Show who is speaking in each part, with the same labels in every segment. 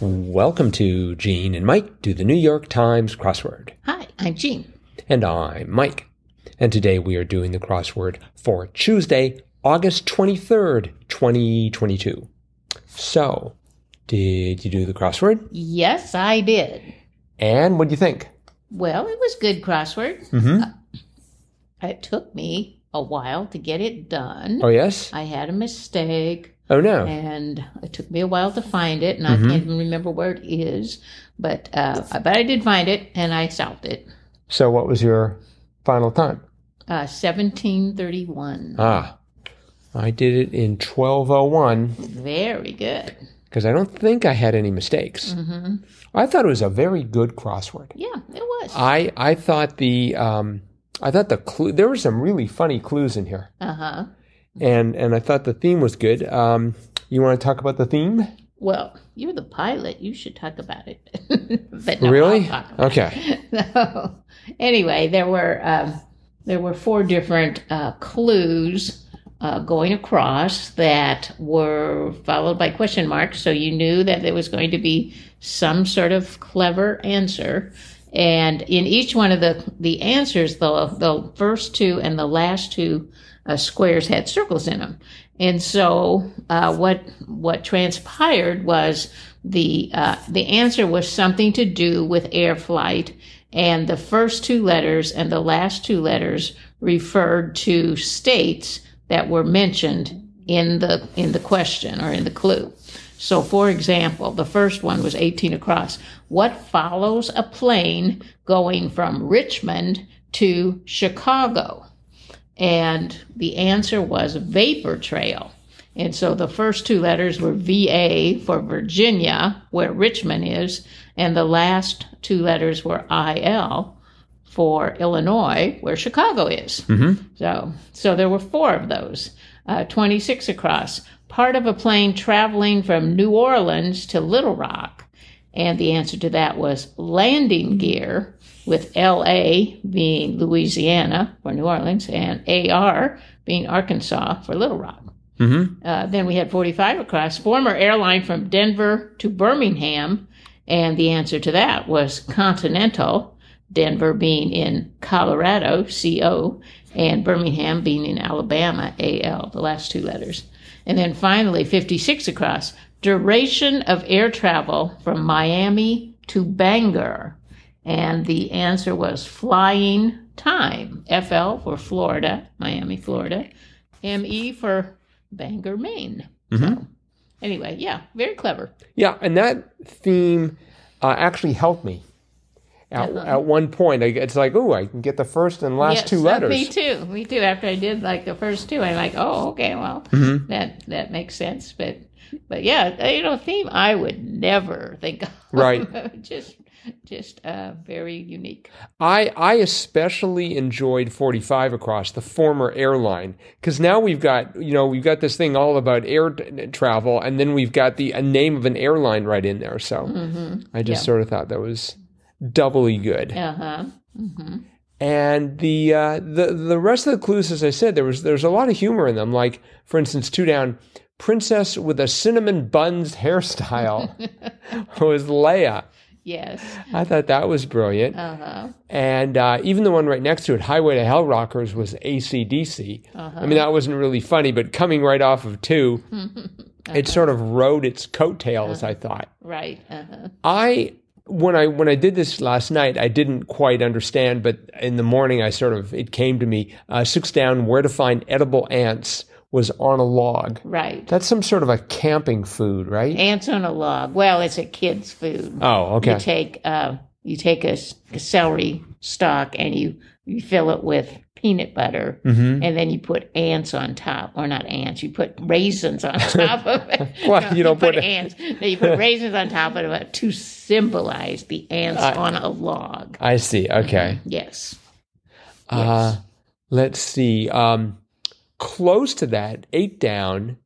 Speaker 1: Welcome to Gene and Mike do the New York Times crossword.
Speaker 2: Hi, I'm Jean.
Speaker 1: And I'm Mike. And today we are doing the crossword for Tuesday, August 23rd, 2022. So, did you do the crossword?
Speaker 2: Yes, I did.
Speaker 1: And what do you think?
Speaker 2: Well, it was good crossword. Uh,
Speaker 1: Mm-hmm.
Speaker 2: It took me a while to get it done.
Speaker 1: Oh, yes?
Speaker 2: I had a mistake
Speaker 1: Oh, no.
Speaker 2: and it took me a while to find it and
Speaker 1: Mm-hmm.
Speaker 2: I can't even remember where it is, but uh but I did find it and I solved it.
Speaker 1: So, what was your final time?
Speaker 2: Uh 1731.
Speaker 1: Ah, I did it in 1201.
Speaker 2: Very good.
Speaker 1: because I don't think I had any mistakes. I thought it was a very good crossword.
Speaker 2: Yeah, it was.
Speaker 1: I I thought the um, I thought the clue there were some really funny clues in here,
Speaker 2: Uh-huh.
Speaker 1: and and I thought the theme was good. Um, you want to talk about the theme?
Speaker 2: Well, you're the pilot. You should talk about it. but no,
Speaker 1: really?
Speaker 2: I'll talk about
Speaker 1: Okay.
Speaker 2: so anyway, there were um, there were four different uh, clues uh, going across that were followed by question marks, so you knew that there was going to be some sort of clever answer. And in each one of the the answers, the the first two and the last two uh, squares had circles in them. And so uh, what what transpired was the uh, the answer was something to do with air flight, and the first two letters and the last two letters referred to states that were mentioned in the in the question or in the clue. So, for example, the first one was 18 across. What follows a plane going from Richmond to Chicago? And the answer was vapor trail. And so the first two letters were VA for Virginia, where Richmond is, and the last two letters were IL for Illinois, where Chicago is. So, so there were four of those, uh, 26 across, part of a plane traveling from New Orleans to Little Rock. And the answer to that was landing gear, with LA being Louisiana for New Orleans and AR being Arkansas for Little Rock. Uh, then we had 45 across, former airline from Denver to Birmingham. And the answer to that was Continental, Denver being in Colorado, CO, and Birmingham being in Alabama, AL, the last two letters. And then finally, 56 across, duration of air travel from Miami to Bangor. And the answer was flying time. FL for Florida, Miami, Florida. ME E for Bangor, Maine.
Speaker 1: Mm-hmm.
Speaker 2: So, anyway, yeah, very clever.
Speaker 1: Yeah, and that theme uh, actually helped me. At, at one point, I, it's like, oh, I can get the first and last
Speaker 2: Yes,
Speaker 1: two
Speaker 2: uh,
Speaker 1: letters.
Speaker 2: Me too. Me too. After I did like the first two, I'm like, oh, okay, well,
Speaker 1: Mm-hmm.
Speaker 2: that that makes sense. But but yeah, uh, you know, theme I would never think of.
Speaker 1: Right.
Speaker 2: just just uh, very unique.
Speaker 1: I I especially enjoyed 45 across the former airline because now we've got you know we've got this thing all about air t- uh, travel and then we've got the a name of an airline right in there. So I just sort of thought that was doubly good.
Speaker 2: Uh huh.
Speaker 1: And the uh, the the rest of the clues, as I said, there was there's a lot of humor in them. Like for instance, two down, princess with a cinnamon buns hairstyle was Leia.
Speaker 2: Yes.
Speaker 1: I thought that was brilliant.
Speaker 2: Uh huh.
Speaker 1: And uh, even the one right next to it, Highway to Hell Rockers, was ACDC. I mean, that wasn't really funny, but coming right off of 2 it sort of rode its coattails, I thought.
Speaker 2: Right. Uh huh.
Speaker 1: I. When I when I did this last night, I didn't quite understand, but in the morning, I sort of it came to me. Uh, six down, where to find edible ants was on a log.
Speaker 2: Right.
Speaker 1: That's some sort of a camping food, right?
Speaker 2: Ants on a log. Well, it's a kid's food.
Speaker 1: Oh, okay.
Speaker 2: You take uh, you take a, s- a celery stalk and you you fill it with peanut butter,
Speaker 1: Mm-hmm.
Speaker 2: and then you put ants on top, or not ants. You put raisins on top of it.
Speaker 1: Well, you don't put-
Speaker 2: ants. No, you put raisins on top of it to symbolize the ants
Speaker 1: Uh,
Speaker 2: on a log.
Speaker 1: I see. Okay.
Speaker 2: Yes.
Speaker 1: Uh, let's see. Um, close to that, eight down,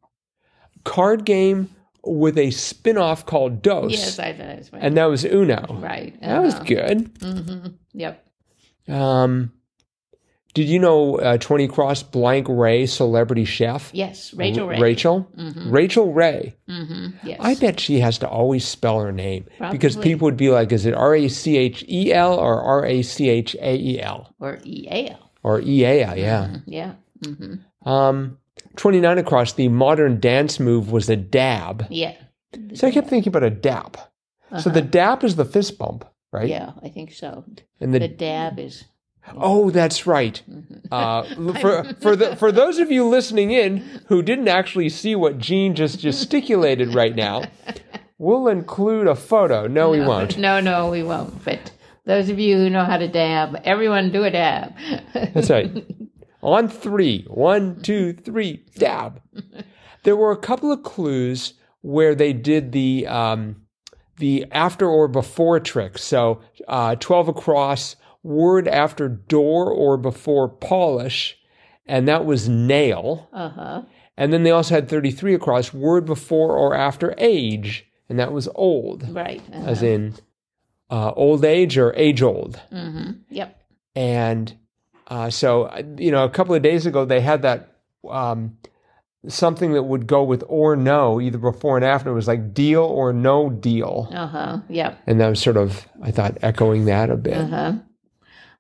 Speaker 1: card game with a spin off called Dos.
Speaker 2: Yes, I thought that's right.
Speaker 1: and that was Uno.
Speaker 2: right.
Speaker 1: That was
Speaker 2: Uh-huh.
Speaker 1: good.
Speaker 2: Yep.
Speaker 1: Um, Did you know uh, 20 Cross Blank Ray, celebrity chef?
Speaker 2: Yes, Rachel
Speaker 1: R-
Speaker 2: Ray.
Speaker 1: Rachel? Rachel Ray.
Speaker 2: Mm-hmm. Yes.
Speaker 1: I bet she has to always spell her name because
Speaker 2: Probably.
Speaker 1: people would be like, is it R A C H E L or R A C H A E L
Speaker 2: or EAL.
Speaker 1: or E A L?
Speaker 2: Mm-hmm.
Speaker 1: Yeah.
Speaker 2: Yeah. hmm
Speaker 1: Um, 29 across, the modern dance move was a dab.
Speaker 2: Yeah.
Speaker 1: So I kept thinking about a dap. So the dap is the fist bump, right?
Speaker 2: Uh-huh. Yeah, I think so.
Speaker 1: And the,
Speaker 2: The Mm-hmm. dab is
Speaker 1: oh, that's right. Uh, for for the, for those of you listening in who didn't actually see what Gene just gesticulated right now, we'll include a photo. No, we won't.
Speaker 2: No, no, we won't. But those of you who know how to dab, everyone do a dab.
Speaker 1: That's right. On three, one, two, three, dab. There were a couple of clues where they did the um, the after or before trick. So uh, twelve across, word after door or before polish, and that was nail.
Speaker 2: uh huh.
Speaker 1: And then they also had thirty three across, word before or after age, and that was old,
Speaker 2: Right. Uh,
Speaker 1: as in uh, old age or age old.
Speaker 2: mm-hmm. Yep.
Speaker 1: And uh, so, uh, you know, a couple of days ago, they had that um, something that would go with or no, either before and after. It was like deal or no deal.
Speaker 2: Uh huh. Yep.
Speaker 1: And that was sort of, I thought, echoing that a bit.
Speaker 2: Uh huh.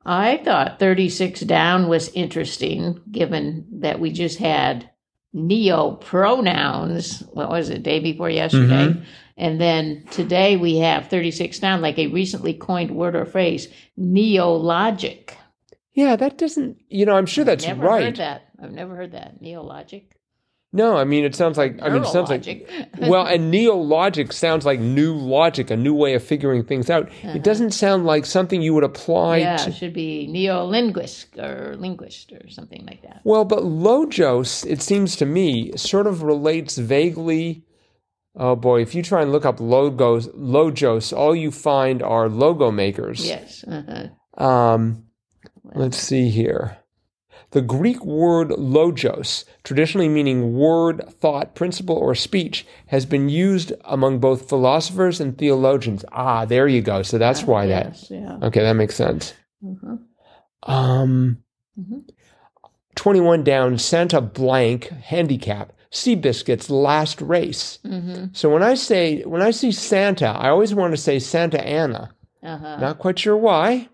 Speaker 2: I thought 36 down was interesting, given that we just had neo pronouns. What was it, day before yesterday?
Speaker 1: Mm-hmm.
Speaker 2: And then today we have 36 down, like a recently coined word or phrase, neologic.
Speaker 1: Yeah, that doesn't, you know, I'm sure that's
Speaker 2: Never heard
Speaker 1: right.
Speaker 2: that. I've never heard that. Neologic.
Speaker 1: No, I mean, it sounds like, I mean, it sounds like,
Speaker 2: Neurologic.
Speaker 1: well, and neologic sounds like new logic, a new way of figuring things out. It doesn't sound like something you would apply
Speaker 2: Uh-huh. yeah,
Speaker 1: to
Speaker 2: it should be neolinguist or linguist or something like that.
Speaker 1: Well, but Logos, it seems to me, sort of relates vaguely. Oh boy, if you try and look up logos, Logos, all you find are logo makers.
Speaker 2: Yes. Uh-huh.
Speaker 1: Um, let's see here. The Greek word logos, traditionally meaning word, thought, principle, or speech, has been used among both philosophers and theologians. Ah, there you go. So that's why that uh,
Speaker 2: Yes, yeah. Mm-hmm,
Speaker 1: Okay, that makes sense. Um, 21 down, Santa blank, handicap, Sea Biscuits, last race.
Speaker 2: mm-hmm,
Speaker 1: So when I say, when I see Santa, I always want to say Santa Ana.
Speaker 2: Uh-huh.
Speaker 1: Not quite sure why,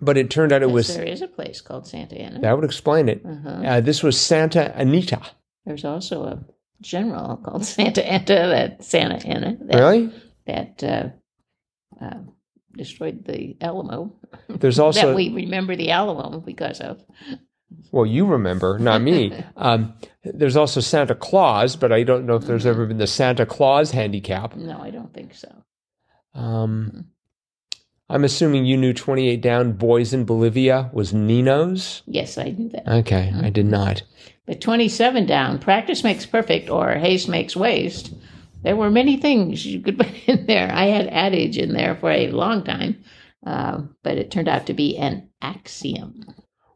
Speaker 1: but it turned out it was,
Speaker 2: there is a place called Santa Ana. Uh-huh.
Speaker 1: that would explain it. Uh, this was Santa Anita.
Speaker 2: There's also a general called Santa Ana that Santa Ana that,
Speaker 1: Really?
Speaker 2: that uh, uh, destroyed the Alamo.
Speaker 1: There's also,
Speaker 2: that we remember the Alamo because of.
Speaker 1: well, you remember, not me. um, there's also Santa Claus, but I don't know if
Speaker 2: Mm-hmm.
Speaker 1: there's ever been the Santa Claus handicap.
Speaker 2: No, I don't think so.
Speaker 1: Um, I'm assuming you knew 28 Down Boys in Bolivia was Nino's.
Speaker 2: Yes, I knew that.
Speaker 1: Okay, I did not.
Speaker 2: But 27 down, practice makes perfect or haste makes waste. There were many things you could put in there. I had adage in there for a long time, um, but it turned out to be an axiom.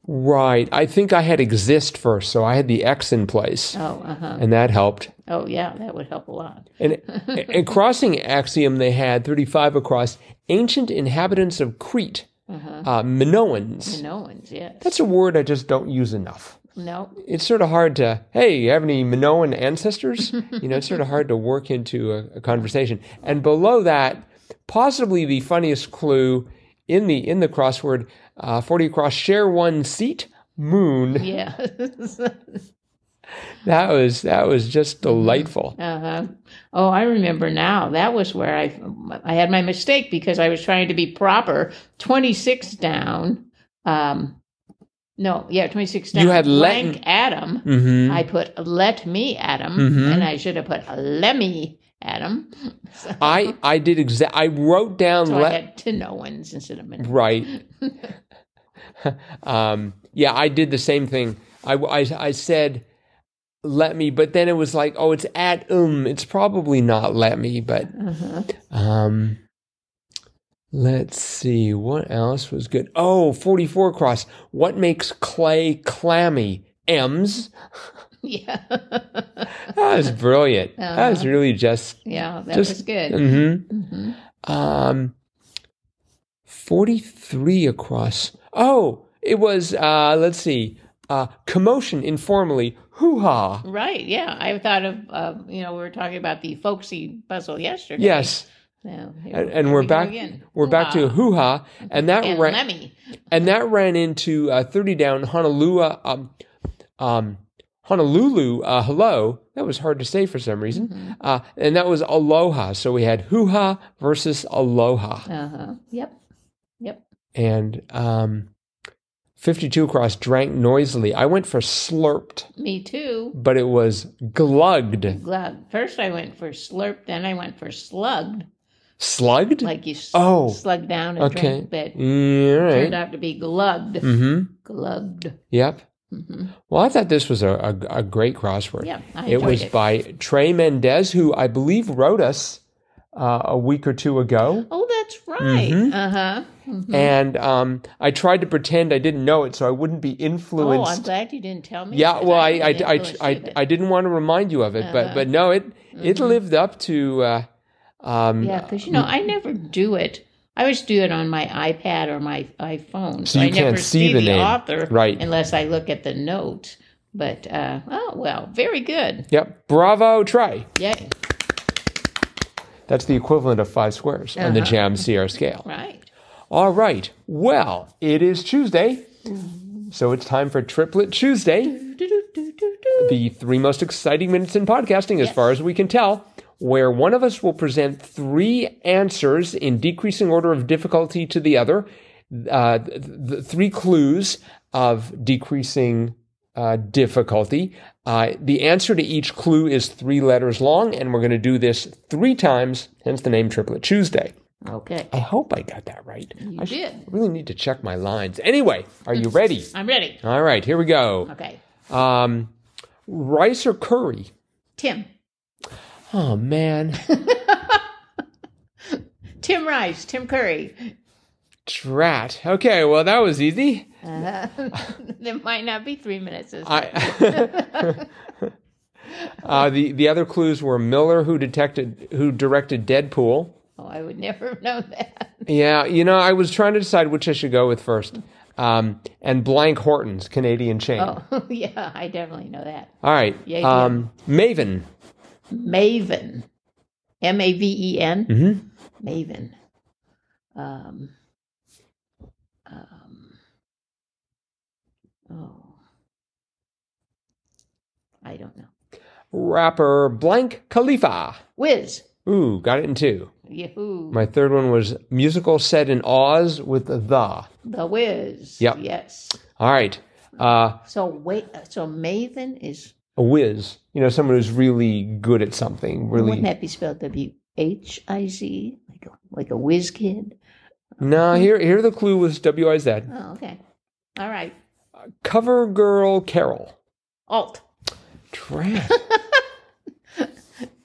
Speaker 1: Right. I think I had exist first, so I had the X in place,
Speaker 2: Oh, uh huh.
Speaker 1: and that helped.
Speaker 2: Oh, yeah, that would help a lot.
Speaker 1: And, and crossing axiom, they had 35 across ancient inhabitants of Crete, uh, Minoans.
Speaker 2: No one's, yes.
Speaker 1: That's a word I just don't use enough.
Speaker 2: No,
Speaker 1: It's sort of hard to, hey, you have any Minoan ancestors? you know, it's sort of hard to work into a, a conversation. And below that, possibly the funniest clue in the in the crossword, uh, forty across, share one seat, moon.
Speaker 2: yeah.
Speaker 1: That was that was just
Speaker 2: Mm-hmm.
Speaker 1: delightful.
Speaker 2: uh-huh. Oh, I remember now. That was where I I had my mistake because I was trying to be proper. 26 down. Um no, yeah, 26 down.
Speaker 1: You had let-
Speaker 2: Blank Adam.
Speaker 1: hmm
Speaker 2: I put let me Adam
Speaker 1: Mm-hmm.
Speaker 2: and I should have put lemme Adam. So,
Speaker 1: I I did exact. I wrote down
Speaker 2: so I
Speaker 1: let Mm-hmm.
Speaker 2: had to no ones instead of many.
Speaker 1: right. um, yeah, I did the same thing. I, I I said let me, but then it was like, oh, it's at um, it's probably not let me, but
Speaker 2: Uh-huh.
Speaker 1: Um, let's see what else was good. Oh, 44 cross. What makes clay clammy? M's.
Speaker 2: Yeah.
Speaker 1: That was brilliant. That was really just.
Speaker 2: yeah, that
Speaker 1: Just-
Speaker 2: was good.
Speaker 1: hmm
Speaker 2: hmm
Speaker 1: Um, 43 across. Oh, It was, uh, let's see, uh, commotion informally, hoo ha.
Speaker 2: Right. Yeah. I thought of, uh, you know, we were talking about the folksy puzzle yesterday.
Speaker 1: Yes,
Speaker 2: So here
Speaker 1: and, and we're
Speaker 2: we go
Speaker 1: back.
Speaker 2: again.
Speaker 1: We're back to
Speaker 2: Hoo-ha.
Speaker 1: hoo ha, and that
Speaker 2: and
Speaker 1: ran
Speaker 2: Lemmy.
Speaker 1: and that ran into uh, thirty down Honolulu. Um, um, Honolulu, uh, hello. That was hard to say for some reason.
Speaker 2: Mm-hmm.
Speaker 1: Uh, and that was aloha. So we had hoo ha versus aloha.
Speaker 2: Uh huh. Yep. Yep.
Speaker 1: and um, 52 across drank noisily. I went for slurped,
Speaker 2: Me too.
Speaker 1: but it was glugged.
Speaker 2: Glug. First I went for slurp, then I went for slugged.
Speaker 1: Slugged?
Speaker 2: Like you s-
Speaker 1: Oh.
Speaker 2: slug down and
Speaker 1: Okay.
Speaker 2: drink, but
Speaker 1: yeah,
Speaker 2: turned
Speaker 1: right.
Speaker 2: out to be glugged.
Speaker 1: Mm-hmm.
Speaker 2: Glugged.
Speaker 1: Yep.
Speaker 2: hmm
Speaker 1: Well, I thought this was a, a, a great crossword.
Speaker 2: Yeah. I
Speaker 1: it
Speaker 2: enjoyed
Speaker 1: was
Speaker 2: it.
Speaker 1: by Trey Mendez, who I believe wrote us uh, a week or two ago.
Speaker 2: Oh, that's right.
Speaker 1: Mhm.
Speaker 2: Uh huh. hmm
Speaker 1: And um, I tried to pretend I didn't know it so I wouldn't be
Speaker 2: Oh, I'm
Speaker 1: influenced.
Speaker 2: glad you didn't tell me.
Speaker 1: yeah,
Speaker 2: because
Speaker 1: well, I
Speaker 2: would've
Speaker 1: I,
Speaker 2: been
Speaker 1: I,
Speaker 2: influenced with
Speaker 1: I,
Speaker 2: it.
Speaker 1: I didn't want to remind you of it,
Speaker 2: Uh-huh.
Speaker 1: but but no, it it
Speaker 2: Mhm.
Speaker 1: lived up to uh, um,
Speaker 2: Yeah, because you know, I never do it. I always do it on my iPad or my iPhone,
Speaker 1: So
Speaker 2: I
Speaker 1: you can't
Speaker 2: never
Speaker 1: see
Speaker 2: see,
Speaker 1: the
Speaker 2: the,
Speaker 1: name.
Speaker 2: author
Speaker 1: Right.
Speaker 2: unless I look at the note. But uh, oh well, very good.
Speaker 1: Yep. Bravo, Trey.
Speaker 2: Yay!
Speaker 1: That's the equivalent of five squares on the
Speaker 2: Uh-huh.
Speaker 1: Jam CR scale.
Speaker 2: Right.
Speaker 1: All right. Well, it is Tuesday. So it's time for Triplet Tuesday,
Speaker 2: Do-do-do-do-do.
Speaker 1: the three most exciting minutes in podcasting, as far as we can tell, where one of us will present three answers in decreasing order of difficulty to the other, uh, th- th- three clues of decreasing uh, difficulty. Uh, the answer to each clue is three letters long, and we're going to do this three times, hence the name Triplet Tuesday.
Speaker 2: Okay,
Speaker 1: I hope I got that right.
Speaker 2: you
Speaker 1: I should-
Speaker 2: did.
Speaker 1: really need to check my lines. Anyway, are you ready?
Speaker 2: I'm ready.
Speaker 1: All right, here we go.
Speaker 2: Okay,
Speaker 1: Um, rice or curry?
Speaker 2: Tim.
Speaker 1: Oh, man.
Speaker 2: Tim Rice. Tim Curry.
Speaker 1: Drat. Okay, well, that was easy.
Speaker 2: Uh, there might not be three minutes. is there?
Speaker 1: I. Uh, the the other clues were Miller, who detected, who directed Deadpool.
Speaker 2: Oh, I would never have known that.
Speaker 1: Yeah, you know, I was trying to decide which I should go with first. Um, and Blank Horton's Canadian chain.
Speaker 2: Oh, yeah, I definitely know that.
Speaker 1: All right.
Speaker 2: Yeah, yeah.
Speaker 1: um, Maven.
Speaker 2: Maven. M A V E N.
Speaker 1: Mhm.
Speaker 2: Maven. Um, um, oh, I don't know.
Speaker 1: Rapper Blank Khalifa.
Speaker 2: Whiz.
Speaker 1: Ooh, got it in two.
Speaker 2: Yahoo.
Speaker 1: My third one was musical set in Oz with the.
Speaker 2: the Whiz.
Speaker 1: Yep.
Speaker 2: Yes.
Speaker 1: All right. Uh,
Speaker 2: So wait. So Maven is.
Speaker 1: a whiz. You know, someone who's really good at something. Really.
Speaker 2: Wouldn't that be spelled W H I Z? Like a like a whiz kid.
Speaker 1: No, here, here the clue was W I Z.
Speaker 2: Oh, okay. All right.
Speaker 1: Cover girl Carol.
Speaker 2: Alt.
Speaker 1: Trash.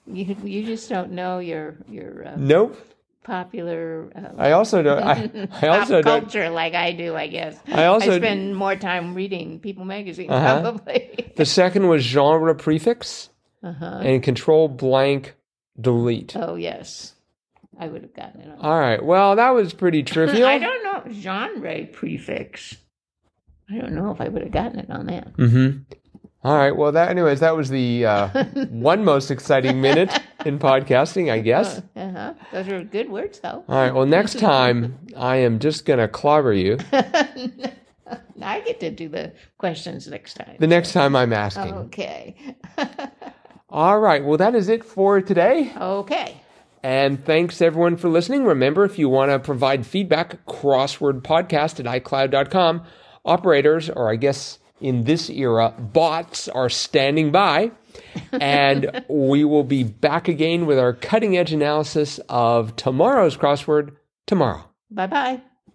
Speaker 2: You you just don't know your your uh,
Speaker 1: nope.
Speaker 2: popular. Uh,
Speaker 1: I also don't. I, I also
Speaker 2: pop
Speaker 1: don't.
Speaker 2: culture like I do, I guess.
Speaker 1: I also-
Speaker 2: spend more time reading People magazine
Speaker 1: Uh-huh.
Speaker 2: probably.
Speaker 1: The second was genre prefix
Speaker 2: Uh-huh.
Speaker 1: and control blank delete.
Speaker 2: Oh yes, I would have gotten it. On.
Speaker 1: All right. Well, that was pretty trivial.
Speaker 2: I don't know genre prefix. I don't know if I would have gotten it on that.
Speaker 1: Mm-hmm. All right. Well, that, anyways, that was the uh, one most exciting minute in podcasting, I guess.
Speaker 2: Uh-huh. Those are good words, though.
Speaker 1: All right. Well, next time I am just gonna clobber you.
Speaker 2: I get to do the questions next time.
Speaker 1: The next time I'm asking.
Speaker 2: Okay.
Speaker 1: All right. Well, that is it for today.
Speaker 2: okay.
Speaker 1: And thanks everyone for listening. Remember, if you want to provide feedback, crosswordpodcast at iCloud.com. Operators, or I guess in this era, bots are standing by. and we will be back again with our cutting edge analysis of tomorrow's crossword tomorrow.
Speaker 2: Bye bye.